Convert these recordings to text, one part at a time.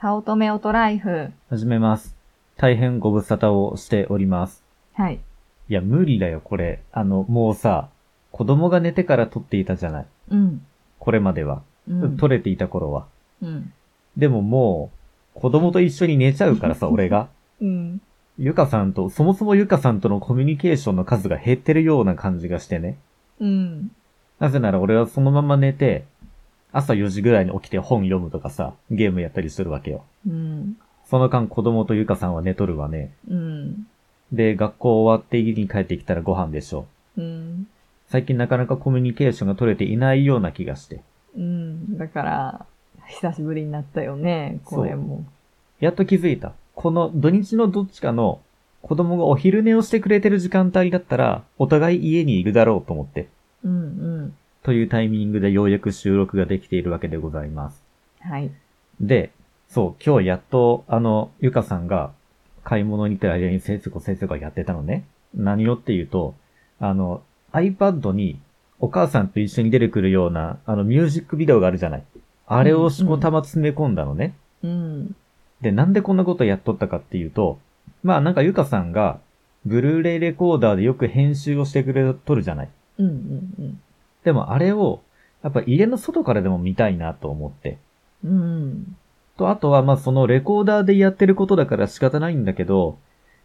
早乙女オトライフ。始めます。大変ご無沙汰をしております。はい。いや、無理だよ、これ。あの、もうさ、子供が寝てから撮っていたじゃない。うん。これまでは。うん。撮れていた頃は。うん。でももう、子供と一緒に寝ちゃうか らさ、俺が。うん。ゆかさんと、そもそもゆかさんとのコミュニケーションの数が減ってるような感じがしてね。うん。なぜなら俺はそのまま寝て、朝4時ぐらいに起きて本読むとかさ、ゲームやったりするわけよ。うん。その間子供とゆかさんは寝とるわね。うん。で、学校終わって家に帰ってきたらご飯でしょうん。う。最近なかなかコミュニケーションが取れていないような気がして。うん。だから、久しぶりになったよね、これも。やっと気づいた。この土日のどっちかの子供がお昼寝をしてくれてる時間帯だったら、お互い家にいるだろうと思って。うんうん。というタイミングでようやく収録ができているわけでございます。はい。で、そう、今日やっと、あの、ゆかさんが買い物に行ってる間にせいつこせいつこやってたのね。何をっていうと、あの、iPad にお母さんと一緒に出てくるような、あの、ミュージックビデオがあるじゃない。あれをしこたま詰め込んだのね。うん。で、なんでこんなことやっとったかっていうと、まあなんかゆかさんが、ブルーレイレコーダーでよく編集をしてくれとるじゃない。うんうんでもあれを、やっぱ家の外からでも見たいなと思って。うん。うん。と、あとは、まあ、そのレコーダーでやってることだから仕方ないんだけど、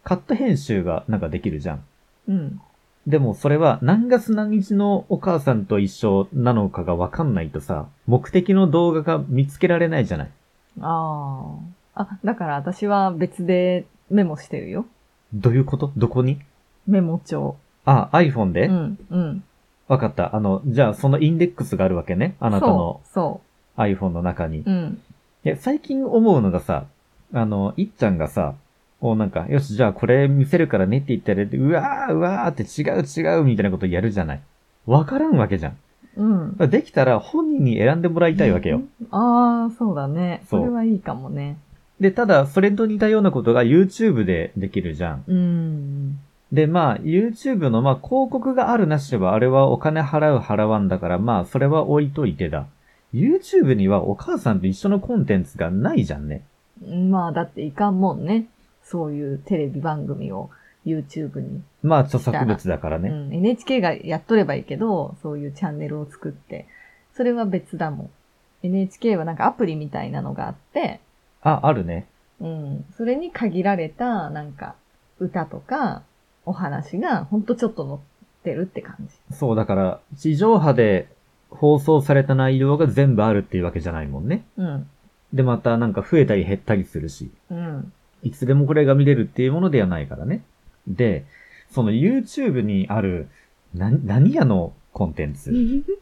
カット編集がなんかできるじゃん。うん。でもそれは何月何日のお母さんと一緒なのかがわかんないとさ、目的の動画が見つけられないじゃない。ああ。あ、だから私は別でメモしてるよ。どういうことどこにメモ帳。あ、iPhone うでんうん。わかった。あの、じゃあそのインデックスがあるわけね。あなたのそ iPhone の中にう。そう。うん。で、最近思うのがさ、あの、いっちゃんがさ、こうなんか、よし、じゃあこれ見せるからねって言ったら、うわー、うわーって違う違うみたいなことやるじゃない。わからんわけじゃん。うん。できたら本人に選んでもらいたいわけよ。ああ、そうだね。そそうれはいいかもね。で、ただ、それと似たようなことが YouTube でできるじゃん。うん。で、まあ、YouTube の、まあ、広告があるなしでは、あれはお金払う払わんだから、まあ、それは置いといてだ。YouTube にはお母さんと一緒のコンテンツがないじゃんね。まあ、だっていかんもんね。そういうテレビ番組を YouTube に。まあ、著作物だからね。うん、NHK がやっとればいいけど、そういうチャンネルを作って。それは別だもん。NHK はなんかアプリみたいなのがあって、あ、あるね。うん。それに限られた、なんか、歌とか、お話が、ほんとちょっと載ってるって感じ。そう、だから、地上波で放送された内容が全部あるっていうわけじゃないもんね。うん。で、またなんか増えたり減ったりするし、うん。いつでもこれが見れるっていうものではないからね。で、その YouTube にある、な、何やのコンテンツ。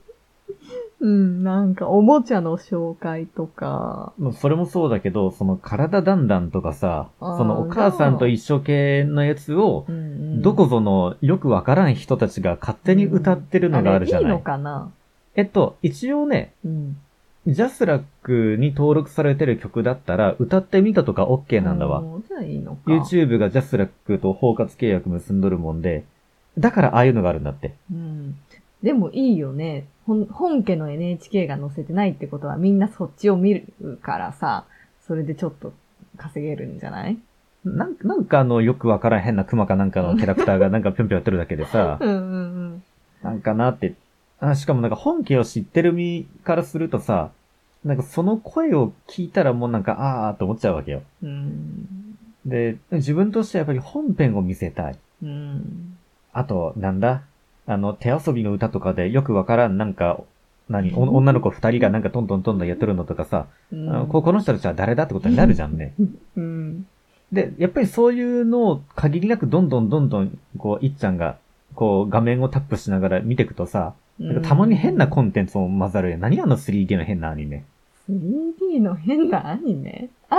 うん、なんか、おもちゃの紹介とか、まあそれもそうだけど、その体だんだんとかさ、あーそのお母さんと一緒系のやつを、うんうんどこぞのよくわからん人たちが勝手に歌ってるのがあるじゃあなれい。いいのかなえっと、一応ね、うん。ジャスラックに登録されてる曲だったら、歌ってみたとか OK なんだわ。うん。じゃあいいのか。 YouTube がジャスラックと包括契約結んどるもんで、だからああいうのがあるんだって。うん。でもいいよね。本本家の NHK が載せてないってことはみんなそっちを見るからさ、それでちょっと稼げるんじゃないなんなんかあの、よくわからん変なクマかなんかのキャラクターがなんかぴょんぴょんやってるだけでさう、んうんなんかなって。あしかもなんか本家を知ってる身からするとさ、なんかその声を聞いたらもうなんか、あーって思っちゃうわけよ。うん。うん。で、自分としてはやっぱり本編を見せたい。うん。あと、なんだあの、手遊びの歌とかでよくわからん、なんか、何お女の子二人がなんかトントントントンやってるのとかさ、うあんのここの人たちは誰だってことになるじゃんね。うん。で、やっぱりそういうのを限りなくどんどんどんどん、こう、いっちゃんが、こう、画面をタップしながら見ていくとさ、なんかたまに変なコンテンツも混ざるやん。何あの 3D の変なアニメ。 3D の変なアニメあ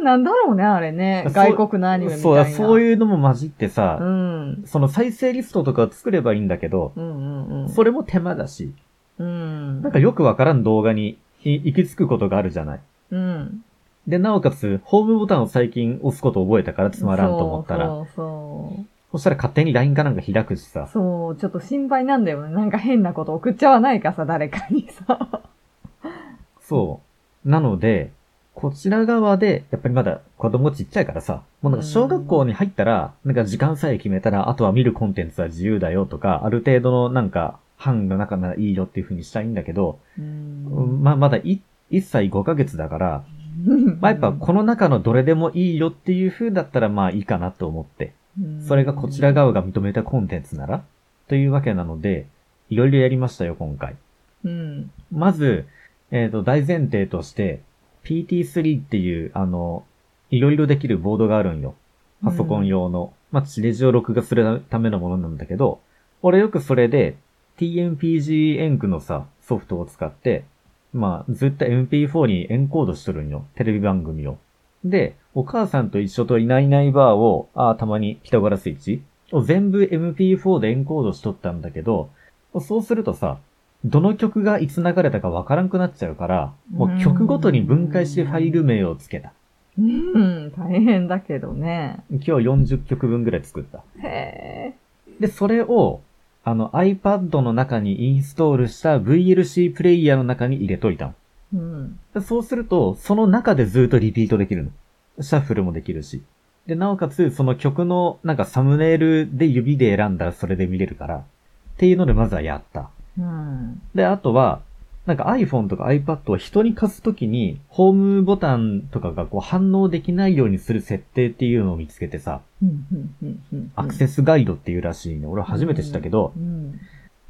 ー、なんだろうね、あれね。そう外国のアニメみたいそうな。だ、そう。ういうのも混じってさう、ん。その再生リストとかを作ればいいんだけど、うんうんうん。それも手間だし、うん。なんかよくわからん動画にい行き着くことがあるじゃない。うん。で、なおかつ、ホームボタンを最近押すこと覚えたからつまらんと思ったら、そそうそうそう。したら勝手に LINE かなんか開くしさ、そう、ちょっと心配なんだよね。なんか変なこと送っちゃわないかさ、誰かにさ。そう。なので、こちら側で、やっぱりまだ子供ちっちゃいからさ、もうなんか小学校に入ったら、なんか時間さえ決めたら、あとは見るコンテンツは自由だよとか、ある程度のなんか、範の中ならいいよっていう風にしたいんだけど、うん。まあまだい1歳5ヶ月だから、まあやっぱこの中のどれでもいいよっていう風だったらまあいいかなと思って。それがこちら側が認めたコンテンツならというわけなので、いろいろやりましたよ、今回。うん。まず、えっ、と、大前提として、PT3 っていう、あの、いろいろできるボードがあるんよ。パソコン用の。まあ、地デジを録画するためのものなんだけど、俺よくそれで、TMPG エンクのさ、ソフトを使って、まあ、ずっと MP4 にエンコードしとるんよ。テレビ番組を。で、お母さんと一緒といないいないバーを、あーたまにピタゴラスイッチを全部 MP4 でエンコードしとったんだけど、そうするとさ、どの曲がいつ流れたかわからんくなっちゃうから、もう曲ごとに分解してファイル名をつけた。うん。大変だけどね。今日40曲分ぐらい作った。へで、それを、あの iPad の中にインストールした VLC プレイヤーの中に入れといたのえ。うん。でそうすると、その中でずっとリピートできるの。シャッフルもできるし。で、なおかつ、その曲の、なんかサムネイルで指で選んだらそれで見れるから、っていうのでまずはやった。うん。で、あとは、なんか iPhone とか iPad を人に貸すときに、ホームボタンとかがこう反応できないようにする設定っていうのを見つけてさ、うんうんうんうんアクセスガイドっていうらしいね。俺初めて知ったけど、うん。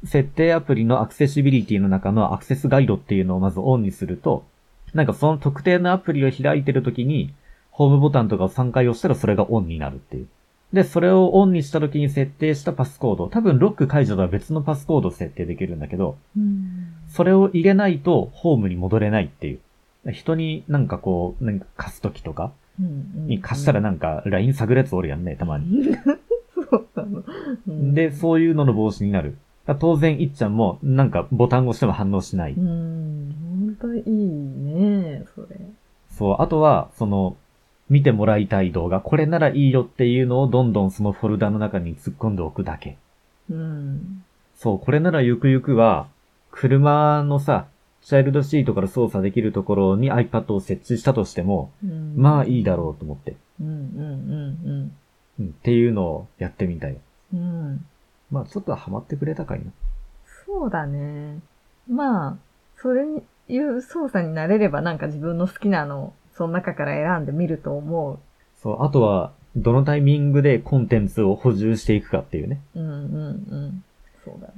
設定アプリのアクセシビリティの中のアクセスガイドっていうのをまずオンにすると、なんかその特定のアプリを開いてるときに、ホームボタンとかを3回押したらそれがオンになるっていう。で、それをオンにしたときに設定したパスコード、多分ロック解除とは別のパスコードを設定できるんだけど、うん。それを入れないとホームに戻れないっていう。人になんかこう、なんか貸すときとかに貸したらなんか LINE 探るやつおるやんね、たまに。 そうなの。うんで、そういうのの防止になる。だから当然、いっちゃんも、なんか、ボタンを押しても反応しない。うん。本当いいね、それ。そう、あとは、その、見てもらいたい動画、これならいいよっていうのをどんどんそのフォルダの中に突っ込んでおくだけ。うん。そう、これならゆくゆくは、車のさ、チャイルドシートから操作できるところに iPad を設置したとしても、まあいいだろうと思って、うん。うんうんうん、っていうのをやってみたい。うんうん。うん。まあちょっとはハマってくれたかいな。そうだね。まあ、それに、いう操作になれればなんか自分の好きなのをその中から選んでみると思そう、あとは、どのタイミングでコンテンツを補充していくかっていうね。う。うんうんうん。そうだね。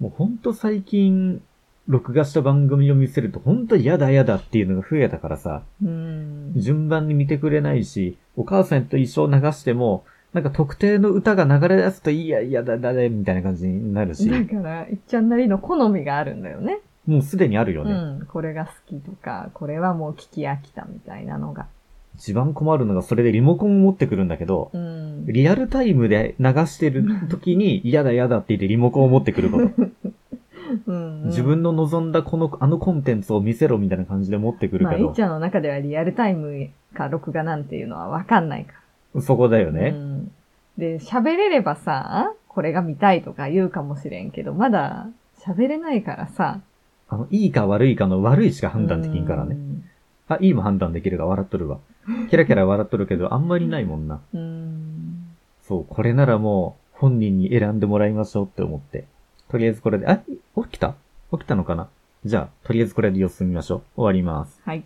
もうほんと最近、録画した番組を見せるとほんと嫌だ嫌だっていうのが増えたからさ、うん。順番に見てくれないし、お母さんと一緒流しても、なんか特定の歌が流れ出すといやいやだだねみたいな感じになるし、だから、いっちゃんなりの好みがあるんだよね。もうすでにあるよね。うん。これが好きとか、これはもう聞き飽きたみたいなのが。一番困るのがそれでリモコンを持ってくるんだけど、うん。リアルタイムで流してる時に嫌だ嫌だって言ってリモコンを持ってくること。うんうん自分の望んだこの、あのコンテンツを見せろみたいな感じで持ってくるまあ、けいっどち、ゃんの中ではリアルタイムか録画なんていうのはわかんないかそこだよら。うね。ん、で、喋れればさ、これが見たいとか言うかもしれんけど、まだ喋れないからさ。あの、いいか悪いかの悪いしか判断できんからね。あ、いいも判断できるが笑っとるわ。キラキラ笑っとるけど、あんまりないもんな。うん。うん。そう、これならもう、本人に選んでもらいましょうって思って。とりあえずこれで、あ、起きた起きたのかなじゃあ、とりあえずこれで様子見ましょう。終わります。はい。